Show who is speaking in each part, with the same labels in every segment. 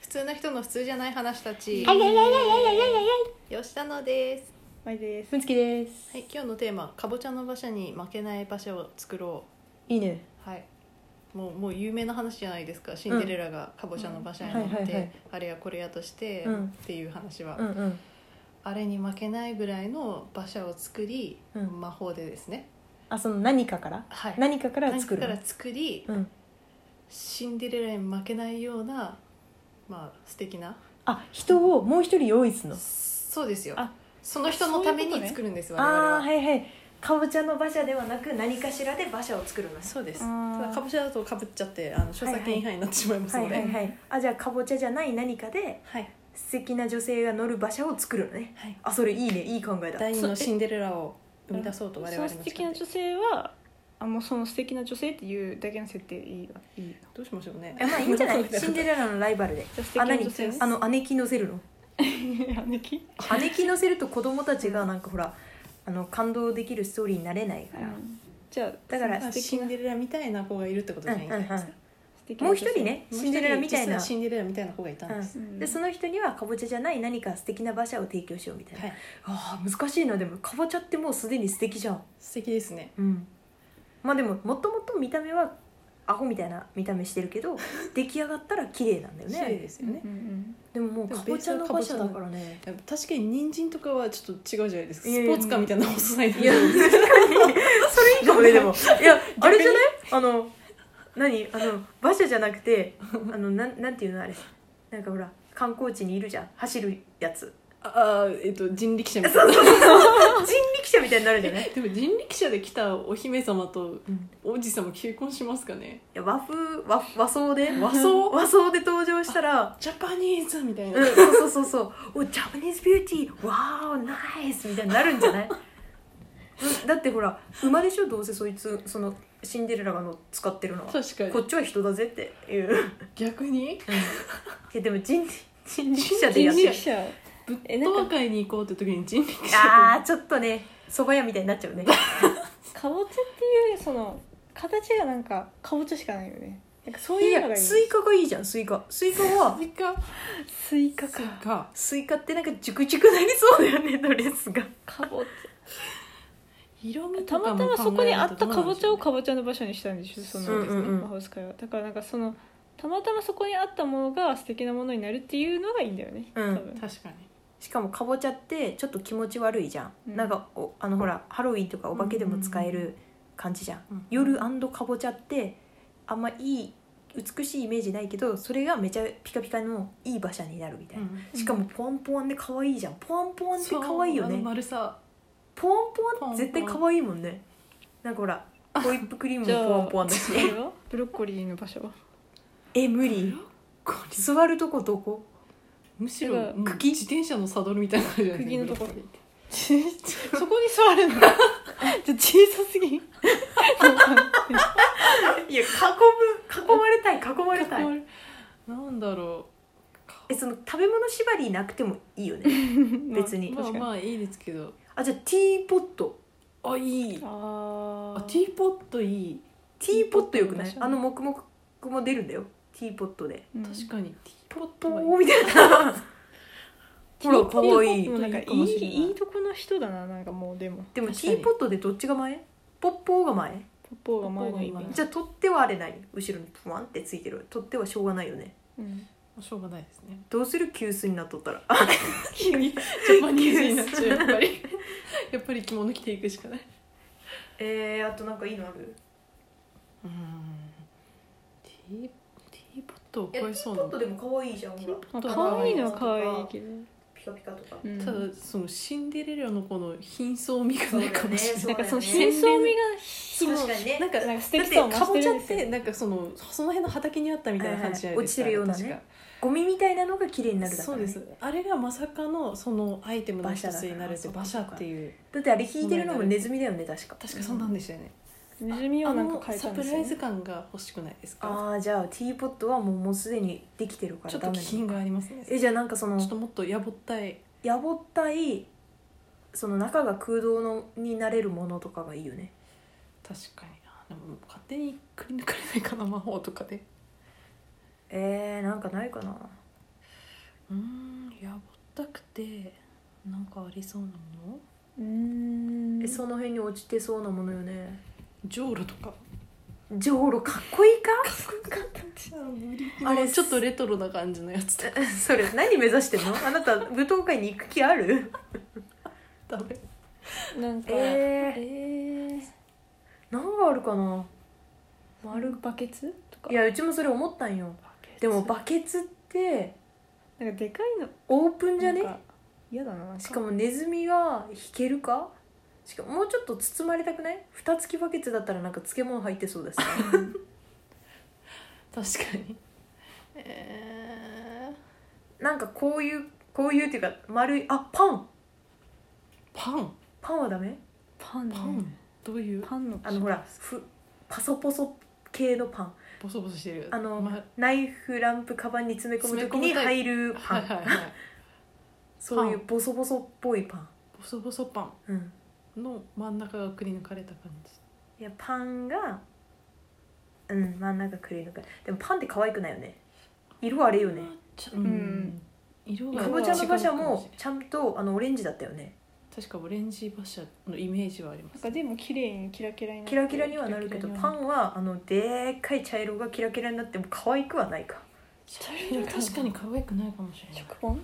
Speaker 1: 普通な人の普通じゃない話たち
Speaker 2: あいやいやいやいやいやいやいや
Speaker 1: 吉田のです
Speaker 3: まいです
Speaker 2: ふんつきです、
Speaker 1: はい今日のテーマかぼちゃの馬車に負けない馬車を作ろ
Speaker 2: いいね
Speaker 1: うはいもうもう有名な話じゃないですかシンデレラがかぼちゃの馬車に乗って、
Speaker 2: うんはいはいはい
Speaker 1: あれやこれやとして、
Speaker 2: うん
Speaker 1: っていう話は、
Speaker 2: うんうん
Speaker 1: あれに負けないぐらいの馬車を作り、
Speaker 2: うん
Speaker 1: 魔法でですね
Speaker 2: あその何かから
Speaker 1: はい
Speaker 2: 何かから作る
Speaker 1: 何かから作り、
Speaker 2: うん
Speaker 1: シンデレラに負けないようなまあ素敵な
Speaker 2: あ人をもう一人用意するの
Speaker 1: そうですよ
Speaker 2: あ
Speaker 1: その人のため
Speaker 3: そういうこと
Speaker 1: に
Speaker 3: ね
Speaker 1: 作るんです、我々
Speaker 2: あ
Speaker 1: は
Speaker 2: あはいはいかぼちゃの馬車ではなく何かしらで馬車を作るの
Speaker 1: そうです
Speaker 2: あー
Speaker 1: ただかぼちゃだとかぶっちゃってあの著作権違反になってしまいます
Speaker 2: は
Speaker 1: の
Speaker 2: い
Speaker 1: で
Speaker 2: はいはいあじゃあかぼちゃじゃない何かで
Speaker 1: はい
Speaker 2: 素敵な女性が乗る馬車を作るのね
Speaker 1: はい
Speaker 2: あそれいいねいい考えだ
Speaker 1: 第二のシンデレラを生み出そうと我
Speaker 3: そ
Speaker 1: 々
Speaker 3: の
Speaker 1: の
Speaker 3: 素
Speaker 1: 力
Speaker 3: 敵な
Speaker 1: で
Speaker 3: 女性はあもうその素敵な女性っていうだけの設定いいわいい
Speaker 1: どうしましょうね
Speaker 2: いやまあいいんじ ゃない
Speaker 1: そう
Speaker 2: シンデレラのライバルで
Speaker 3: じゃあ素敵
Speaker 2: あ
Speaker 3: な
Speaker 2: 何
Speaker 3: 女性ね
Speaker 2: あの姉貴乗せるの
Speaker 3: の 姉貴
Speaker 2: 姉貴乗せると子供たちがなんかほらあの感動できるストーリーになれないから、
Speaker 3: じゃあ
Speaker 2: だから
Speaker 1: まあシンデレラみたいな子がいるってことじゃないんですか
Speaker 2: うんうん
Speaker 3: 素敵
Speaker 2: も
Speaker 3: な
Speaker 2: う
Speaker 3: 女性
Speaker 2: 一人ね
Speaker 1: もう一人
Speaker 2: シンデレラみたいな
Speaker 1: 実はシンデレラみたいな子がいたんです、
Speaker 2: うん、
Speaker 3: ん
Speaker 2: でその人にはかぼちゃじゃない何か素敵な馬車を提供しようみたいな、
Speaker 1: はい
Speaker 2: あー難しいなでもかぼちゃってもうすでに素敵じゃん
Speaker 1: 素敵ですね
Speaker 2: うんまあでももともと見た目はアホみたいな見た目してるけ ど出来上がったら綺麗なんだよ
Speaker 1: 綺麗
Speaker 2: ね
Speaker 1: ですよね、
Speaker 3: うんうん
Speaker 2: でももう
Speaker 1: でも
Speaker 2: かぼちゃの馬車だからね
Speaker 1: でも確かに人参とかはちょっと違うじゃないですか
Speaker 2: いや
Speaker 1: ス
Speaker 2: い
Speaker 1: ポ
Speaker 2: や
Speaker 1: ーツカーみたいな細さい
Speaker 2: いや確かにそれいいかもねでもいやあれじゃないあの何あの馬車じゃなくてあのなんなんていうのあれなんかほら観光地にいるじゃん走るやつ
Speaker 1: ああえっと人力車みたい
Speaker 2: そう
Speaker 1: な
Speaker 2: そうそうそう人力車みたいになるんじゃない、
Speaker 1: でも人力車で来たお姫様と
Speaker 2: うん、い
Speaker 1: 王子様結婚しますかね
Speaker 2: や和風和和装で
Speaker 1: 和装
Speaker 2: 和装で登場したら
Speaker 1: ジャパニーズみたいな、
Speaker 2: うん、そうそうそうそうおジャパニーズビューティーわーナイスみたいになるんじゃないうんだってほら馬でしょどうせそいつそのシンデレラがの使ってるのは
Speaker 1: 確かに
Speaker 2: こっちは人だぜっていうい
Speaker 1: 逆に
Speaker 2: やでも人力人力車でやって
Speaker 1: 人
Speaker 2: る
Speaker 1: 力
Speaker 3: 者
Speaker 1: ぶっ
Speaker 3: えなんか
Speaker 1: 飛ば会に行こうって時に人力
Speaker 2: あ
Speaker 1: 車
Speaker 2: ーちょっとね蕎麦屋みたいになっちゃうね
Speaker 3: かぼちゃっていうその形がなんかかぼちゃしかないよねなんかそう
Speaker 2: い
Speaker 3: いうの
Speaker 2: や
Speaker 3: がいい
Speaker 2: スイカがいいじゃんスイカスイカは
Speaker 1: スイカ
Speaker 3: スイカ
Speaker 1: ス
Speaker 3: か
Speaker 1: イカ
Speaker 2: スイカってなんかジュクジュクなりそうだよねドレスが
Speaker 3: かぼち
Speaker 1: 色
Speaker 3: ゃ
Speaker 1: 味
Speaker 3: た
Speaker 1: とか
Speaker 3: ま
Speaker 1: も
Speaker 3: たまそこにあったかぼちゃを
Speaker 1: か
Speaker 3: かぼちゃの場所にしたんでしょその
Speaker 2: そうですね
Speaker 3: 魔法使いはだからなんかそのたまたまそこにあったものが素敵なものになるっていうのがいいんだよね、
Speaker 2: うん
Speaker 3: 多分
Speaker 1: 確かに
Speaker 2: しかもかぼちゃってちょっと気持ち悪いじゃん、
Speaker 3: うん
Speaker 2: なんかおあのほらハロウィンとかお化けでも使える感じじゃん、
Speaker 1: うん
Speaker 2: 夜かぼちゃってあんまいい美しいイメージないけどそれがめちゃピカピカのいい馬車になるみたいな、しかもポワンポワンで可愛いじゃんポワンポワンって可愛いよ
Speaker 1: そうあの
Speaker 2: ね
Speaker 1: 丸さ
Speaker 2: ポワンポワンって絶対可愛いもんねなんかほらホイップクリーム
Speaker 3: じ
Speaker 2: も
Speaker 3: ゃあ
Speaker 2: ポワンポワンだし
Speaker 3: それはブロッコリーの場所は
Speaker 2: え無理
Speaker 1: これ
Speaker 2: 座るとこどこ
Speaker 1: むしろ
Speaker 3: だから
Speaker 1: うん
Speaker 2: 茎
Speaker 1: 自転車のサドルみたいな感じじゃない
Speaker 3: 釘のところ
Speaker 1: ブロッコ
Speaker 3: そこに座る んだじゃあ小さすぎん
Speaker 2: いや囲む囲まれたい囲まれ
Speaker 1: リー
Speaker 2: たい
Speaker 1: なんだろ
Speaker 2: えその食べ物縛りなくてもいいよね別
Speaker 1: う
Speaker 2: に
Speaker 1: まあ
Speaker 3: 確かに
Speaker 1: まあいいですけど
Speaker 2: あじゃあティーポット
Speaker 1: あいい
Speaker 3: あ
Speaker 1: あ
Speaker 3: あ
Speaker 1: ティーポットいい
Speaker 2: ティーポットよくな
Speaker 3: テ
Speaker 2: い
Speaker 3: ィーポットいいでしょ
Speaker 2: あの黙々も出るんだよティーポットで
Speaker 1: 確かにティーポッ
Speaker 2: ポ
Speaker 1: トはいい
Speaker 2: ーみたいなほらかわいい
Speaker 3: でもなんかい
Speaker 1: いいかもし
Speaker 3: い
Speaker 1: れない
Speaker 3: いいとこの人だななんかもうでも
Speaker 2: でもテ
Speaker 1: 確か
Speaker 2: ィ
Speaker 1: に
Speaker 2: ーポットでどっちが前ポッポーが前
Speaker 3: ポッポーが前のイ
Speaker 1: ポッポ
Speaker 3: メ
Speaker 1: ーが前
Speaker 3: ージ
Speaker 2: じゃあ取ってはあれない後ろにプワンってついてる取ってはしょうがないよね
Speaker 3: うん
Speaker 1: しょうがないですね
Speaker 2: どうする急須になっとったら
Speaker 1: 急にジャパニーズになっちゃうやっぱり やっぱり着物着ていくしかない
Speaker 2: えー、あとなんかいいのある
Speaker 1: うーんティーティーポットを
Speaker 2: い
Speaker 1: 超
Speaker 2: やティ
Speaker 1: えそう
Speaker 2: ー
Speaker 1: な
Speaker 2: ポットでも可愛いじゃんほら
Speaker 3: まあ
Speaker 1: 可愛い
Speaker 3: 可愛いのは可愛いけど
Speaker 2: ピカピカとか
Speaker 3: うん
Speaker 1: ただそのシンデレラの子の貧相味がないかもしれない、
Speaker 2: そうだよね
Speaker 3: なんかその
Speaker 2: そう
Speaker 1: だよね
Speaker 3: 変装味がひも
Speaker 2: 確かにね
Speaker 3: なんかなんか素
Speaker 1: だっ
Speaker 3: 敵
Speaker 1: て
Speaker 3: さを増
Speaker 1: かぼ
Speaker 3: して
Speaker 1: ち
Speaker 3: る
Speaker 1: ゃ
Speaker 3: ん
Speaker 1: っ
Speaker 3: です
Speaker 1: て
Speaker 3: よ
Speaker 1: なんかそのその辺の畑にあったみたいな感じじゃないですか、
Speaker 2: はいはい落ちてるようなねゴミみたいなのが綺麗になる
Speaker 1: 確
Speaker 2: だ
Speaker 1: か
Speaker 2: か
Speaker 1: そう
Speaker 2: ら、
Speaker 1: で
Speaker 2: ね、
Speaker 1: すあれがまさかのそのアイテムの一
Speaker 2: 馬車だ
Speaker 1: つ
Speaker 2: から
Speaker 1: になるって馬車っていう
Speaker 2: だってあれ引いてるのもネズミだよね確か
Speaker 1: 確かそんなんでしたよね、
Speaker 3: ネズミを
Speaker 1: あ
Speaker 3: なん
Speaker 1: の
Speaker 3: か変えた
Speaker 1: サ
Speaker 3: ん
Speaker 1: プ
Speaker 3: です
Speaker 1: ラ
Speaker 3: よ
Speaker 1: イズ
Speaker 3: ね
Speaker 1: 感が欲しくないですか
Speaker 2: ああじゃあティーポットはもうもうすでにできてるか
Speaker 1: ち
Speaker 2: ら
Speaker 1: ょっと
Speaker 2: ダメ
Speaker 1: 気品がありますね
Speaker 2: えじゃあなんかその
Speaker 1: ちょっともっとやぼったい
Speaker 2: やぼったいその中が空洞のになれるものとかがいいよね
Speaker 1: 確かになでも勝手にくり抜かれないかな魔法とかで
Speaker 2: えー、なんかないかな
Speaker 1: うーんやぼったくてなんかありそうなもの
Speaker 3: うーん
Speaker 2: えその辺に落ちてそうなものよね
Speaker 1: ジョーロとか
Speaker 2: ジョーロかっこ いいか
Speaker 1: あれ
Speaker 2: もう
Speaker 1: ちょっとレトロな感じのやつとか
Speaker 2: それ 何目指してんのあなた舞踏会に行く気ある
Speaker 1: ダメ
Speaker 3: なんかえ
Speaker 2: えー、
Speaker 3: ー、
Speaker 2: 何があるかな
Speaker 3: 丸バケツとか
Speaker 2: いやうちもそれ思ったんよでもバケツって
Speaker 3: なんかでかいの
Speaker 2: オープンじゃね
Speaker 3: なんか嫌だななん
Speaker 2: しかもネズミが引けるかしかももうちょっと包まれたくない蓋付きバケツだったらなんか漬物入ってそ うだし
Speaker 1: 確かにえー、
Speaker 2: なんかこういうこういうっていうか丸いあパン
Speaker 1: パン
Speaker 2: パンはダメ
Speaker 3: パンね
Speaker 1: パンどういう
Speaker 3: パンの
Speaker 2: あのほらふパソポソ系のパン
Speaker 1: ボソボソしてる
Speaker 2: あの、
Speaker 1: ま
Speaker 2: ナイフランプカバンに詰め込む時に
Speaker 1: 詰め込むタイ
Speaker 2: 入るパ
Speaker 1: はいはい
Speaker 2: ン
Speaker 1: はい
Speaker 2: そういうボソボソっぽいパン
Speaker 1: ボソボソパ
Speaker 2: うん
Speaker 1: ンの真ん中がくり抜かれた感じ
Speaker 2: いやパンがうん真ん中くれるのかでもパンって可愛くないよね色あれよね
Speaker 1: ちょうん色が
Speaker 2: かぼちゃの馬車もちゃんとあのオレンジだったよね
Speaker 1: 確かオレンジ馬車のイメージはありま
Speaker 3: なん
Speaker 1: す
Speaker 3: かでも綺麗にキラキラになって
Speaker 2: キラキラにはなるけど
Speaker 1: キラキ
Speaker 2: パ
Speaker 1: ラに
Speaker 2: ンはあのでっかい茶色がキラキラになっても可愛くはないか
Speaker 1: いや確かに可愛くないかもしれない
Speaker 3: 食パン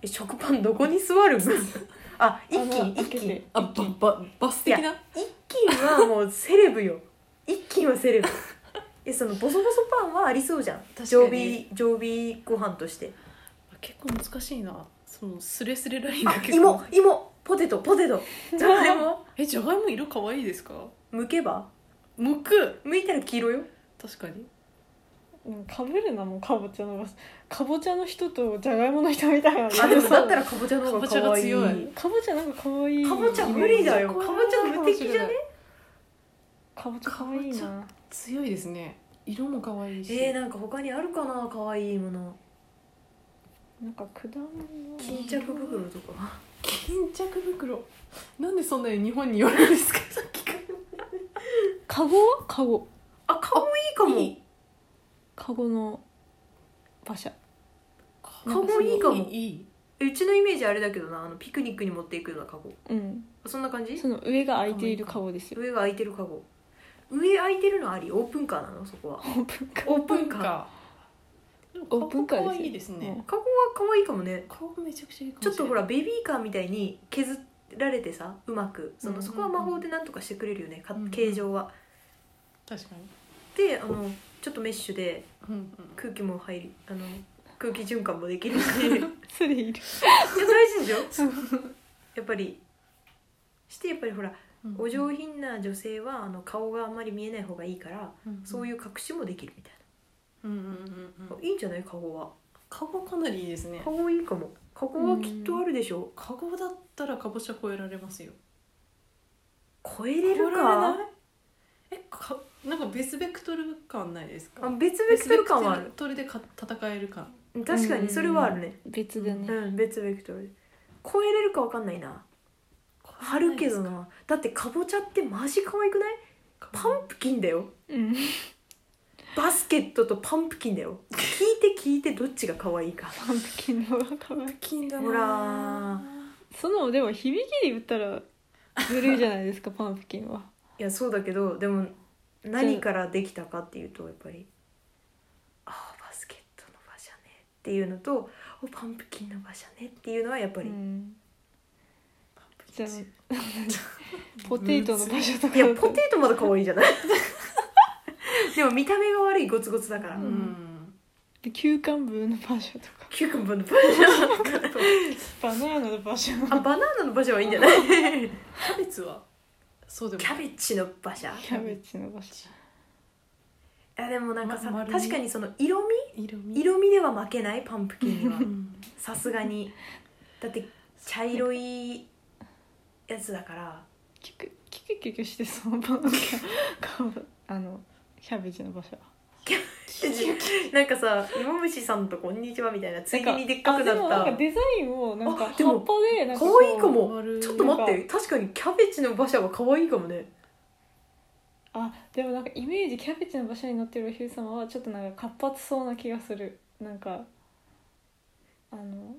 Speaker 2: え食パンどこに座る あ一
Speaker 3: あの
Speaker 2: 斤
Speaker 3: 開
Speaker 2: 一
Speaker 3: け
Speaker 2: 斤
Speaker 3: て
Speaker 1: あバババス的な
Speaker 2: 一斤はもうセレブ よ一斤はセレブえそのボソボソパンはありそうじゃん
Speaker 1: 確
Speaker 2: 常
Speaker 1: か
Speaker 2: 備
Speaker 1: に
Speaker 2: 常備ご飯として
Speaker 1: 結構難しいなそのスレスレライン
Speaker 2: あ
Speaker 1: が結構
Speaker 2: 芋芋ポテトポテ トじゃがいも
Speaker 1: えじゃがいも色可愛いですか
Speaker 2: 剥けば
Speaker 1: むく
Speaker 2: 剥いたら黄色よ
Speaker 1: 確かに
Speaker 3: かぶるなもうかぼちゃの場所かぼちゃの人とじゃがいもの人みたいな
Speaker 2: あでもだった
Speaker 3: ら
Speaker 2: らかぼちゃの方が可愛い
Speaker 1: かぼちゃが強い
Speaker 3: かぼちゃなんかかわいい
Speaker 2: かぼちゃ無理だよ
Speaker 1: い
Speaker 2: か
Speaker 1: い
Speaker 2: ぼちゃ無敵じゃね
Speaker 3: かぼちゃかわいい
Speaker 1: か
Speaker 3: な
Speaker 1: 強いですね色も可愛いし
Speaker 2: えー、なんか他にあるかな可愛いもの
Speaker 3: なんか果物
Speaker 2: 巾着袋とか
Speaker 1: 巾着袋なんでそんなに日本に寄るんですか さっきから
Speaker 3: かごはかご
Speaker 2: あ可愛いかも
Speaker 1: いい
Speaker 3: かごの馬車
Speaker 1: か
Speaker 2: カゴいいかも
Speaker 1: いい
Speaker 2: えうちのイメージあれだけどなあのピクニックに持っていくようなカゴ
Speaker 3: うん
Speaker 2: そんな感じ
Speaker 3: その上が開いているかごですよ
Speaker 2: 上が空いてるカゴ上空いてるのありオープンカーなのそこは
Speaker 3: オープンカー
Speaker 2: オープンカー
Speaker 3: オープンカーですよ
Speaker 1: 可愛いですね
Speaker 2: カゴは可愛いかもね
Speaker 1: 顔がめちゃくちゃいいかもし
Speaker 2: ち
Speaker 1: れ
Speaker 2: ょっ
Speaker 1: ない
Speaker 2: とほらベビーカーみたいに削られてさうまくそ
Speaker 1: うんうんう
Speaker 2: の
Speaker 1: ん
Speaker 2: そこは魔法でなんとかしてくれるよねか
Speaker 1: うんうん
Speaker 2: 形状は
Speaker 1: 確かに
Speaker 2: であのちょっとメッシュで
Speaker 1: うんうん
Speaker 2: 空気も入りあの空気循環もできるしいや
Speaker 3: それいる
Speaker 2: 大事でし ょやっぱりしてやっぱりほら
Speaker 1: うん
Speaker 2: お上品な女性はあの顔があんまり見えない方がいいからそう
Speaker 1: い
Speaker 2: いう隠しもできるみたい
Speaker 1: うんうんうんう
Speaker 2: なんいいんじゃないカゴは
Speaker 1: カゴかなりいいですね
Speaker 2: カゴいいかもカゴはきっとあるでしょ
Speaker 1: カゴだったらかぼちゃ超えられますよ
Speaker 2: 超えれる
Speaker 1: 超えら
Speaker 2: か
Speaker 1: れないえかなんか別ベクトル感ないですか
Speaker 2: あ別ベクトル感はあ
Speaker 1: 別ベ
Speaker 2: る
Speaker 1: クトルでか戦える感
Speaker 2: 確かにそれはあるね
Speaker 3: 別だ
Speaker 2: う
Speaker 3: ね
Speaker 2: ん別ベクトル超えれるかわかんないなあるけどなだってかぼちゃってマジ可愛くないパンプキンだよ
Speaker 3: うん
Speaker 2: バスケットとパンプキンだよ聞いて聞いてどっちが可愛いか
Speaker 3: パンプキンのかわいい
Speaker 1: キンだ
Speaker 2: なほら
Speaker 3: そのでも響きで言ったらずるいじゃないで すかパンプキンはい
Speaker 2: やそうだけどでも何からできたかっていうとやっぱり「ああバスケットの馬車ね」っていうのと「おパンプキンの馬車ね」っていうのはやっぱり、
Speaker 3: うん
Speaker 1: パンプキンですよ
Speaker 3: ポテトの場所とか
Speaker 2: いやポテトまだ可愛 いじゃないでも見た目が悪いゴツゴツだから、
Speaker 1: う
Speaker 3: うん
Speaker 1: ん
Speaker 3: 休館部の場所とか
Speaker 2: キューカンバーの馬車だから
Speaker 3: バナナの場所
Speaker 2: あバナナの馬車はいいんじゃない
Speaker 1: キャベツはそうでも
Speaker 2: キャベチの馬車
Speaker 3: キャベツの場所
Speaker 2: いやでもなんかさ、
Speaker 1: ま丸み
Speaker 2: 確かにその色味
Speaker 1: 色味
Speaker 2: 色味では負けないパンプキンには
Speaker 1: うん
Speaker 2: さすがにだって茶色いやつだから
Speaker 3: キュクキュクキュクしてその場の顔あのキャベツの場所
Speaker 2: なんかさ「芋虫さんとこんにちは」みたいなついでにでっかくな
Speaker 3: あでも
Speaker 2: っ
Speaker 3: なん
Speaker 2: た
Speaker 3: かデザインをなんか
Speaker 2: あでも
Speaker 3: 葉っぱでなんかこう
Speaker 2: 可愛いかも
Speaker 1: 丸い
Speaker 2: ちょっと待って確かにキャベツの馬車は可愛いかもね
Speaker 3: あでもなんかイメージキャベツの場所に乗ってるお姫様はちょっとなんか活発そうな気がするなんかあの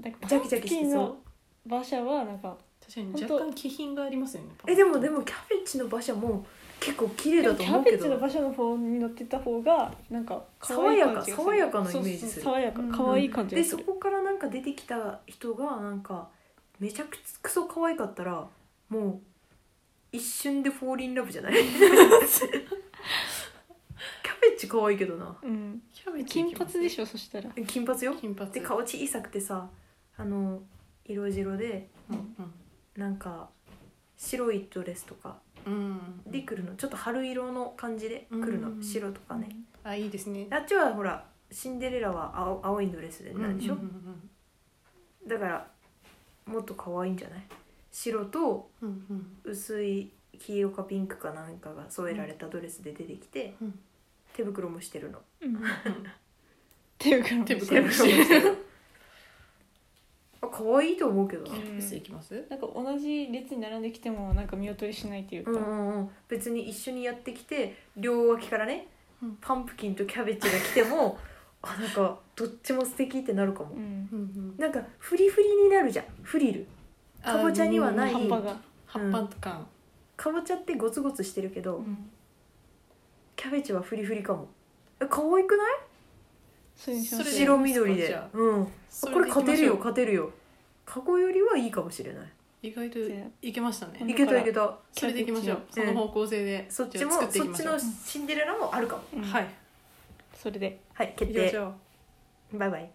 Speaker 3: だ
Speaker 2: ジャキジャキしてそ
Speaker 3: パン
Speaker 2: う
Speaker 3: プキンの馬車はなんか
Speaker 1: 確
Speaker 3: ほ
Speaker 1: か
Speaker 3: ん
Speaker 1: に
Speaker 3: と
Speaker 1: 若干気品がありますよね
Speaker 2: えでも
Speaker 1: パン
Speaker 2: でもキャベツの馬車も結構綺麗
Speaker 3: で
Speaker 2: だ
Speaker 3: も
Speaker 2: と
Speaker 3: キャ
Speaker 2: 思うけ
Speaker 3: ベツの
Speaker 2: ど
Speaker 3: 馬車の方に乗ってた方がなんか可愛い感じがする
Speaker 2: 爽やか爽やかなイメージする
Speaker 3: そうそう爽やか
Speaker 1: うん
Speaker 3: 可愛い感じが
Speaker 2: ですそ
Speaker 3: る、
Speaker 2: こからなんか出てきた人がなんかめちゃくちゃクソ可愛かったらもう一瞬でフォーリンラブじゃない キャベツ可愛いけどな
Speaker 3: うん、
Speaker 1: キャベツい
Speaker 3: 金
Speaker 1: きます
Speaker 3: 髪でしょそしたら
Speaker 2: 金髪よ
Speaker 1: 金髪
Speaker 2: で顔小さくてさあの色白で
Speaker 1: うん
Speaker 2: なんか白いドレスとか
Speaker 1: うん、う
Speaker 2: で
Speaker 1: ん、
Speaker 2: 来るのちょっと春色の感じで来るの、
Speaker 1: うん
Speaker 2: 白とかね、
Speaker 1: あいいですね
Speaker 2: あっちはほらシンデレラは青青いドレスでなんでしょ、
Speaker 1: うんうん
Speaker 2: だからもっと可愛いんじゃない白と
Speaker 1: うんうんうん
Speaker 2: 薄い黄色かピンクかなんかが添えられたドレスで出てきて、
Speaker 1: うん
Speaker 2: 手袋もしてるの
Speaker 3: うん
Speaker 1: うん
Speaker 3: 手袋
Speaker 1: 手
Speaker 2: 手
Speaker 1: 袋
Speaker 2: 袋も
Speaker 1: も
Speaker 2: してるあ可愛いと思うけどな
Speaker 1: キャベツいきます
Speaker 3: なんか同じ列に並んできてもなんか見劣りしないっていうか、
Speaker 2: うんうんうん、別に一緒にやってきて両脇からね、
Speaker 1: うん
Speaker 2: パンプキンとキャベツが来てもあなんかどっちも素敵ってなるかも、
Speaker 3: うん
Speaker 1: うんうん
Speaker 2: なんかフリフリになるじゃんフリルかぼちゃにはない
Speaker 3: 葉っぱが、
Speaker 1: 葉っぱ感
Speaker 2: かぼちゃってゴツゴツしてるけど、キャベツはフリフリかもえ可愛くない
Speaker 3: そういうのしま
Speaker 1: それ
Speaker 3: す
Speaker 1: で
Speaker 2: 白緑
Speaker 1: じ
Speaker 2: で
Speaker 1: ゃあ
Speaker 2: うんあ
Speaker 1: そ
Speaker 2: こ
Speaker 1: れで
Speaker 2: れ
Speaker 1: いきましょう
Speaker 2: 勝てるよ勝てるよ過去よりはいいかもしれない
Speaker 1: 意外といけましたね
Speaker 3: う
Speaker 2: い
Speaker 3: ん
Speaker 2: けた
Speaker 3: だ
Speaker 2: い
Speaker 3: か
Speaker 2: け
Speaker 3: ら
Speaker 2: た
Speaker 1: それでいきましょうその方向性で
Speaker 2: そっち
Speaker 1: じゃ
Speaker 2: も
Speaker 1: あ作
Speaker 2: そって
Speaker 1: いきま
Speaker 2: ち
Speaker 1: しょ
Speaker 2: の
Speaker 1: う
Speaker 2: シンデレラもあるかも
Speaker 3: うん
Speaker 1: はい
Speaker 3: それで
Speaker 2: はい
Speaker 1: い
Speaker 2: 決
Speaker 1: きまし
Speaker 2: 定
Speaker 1: ょう
Speaker 2: バイバイ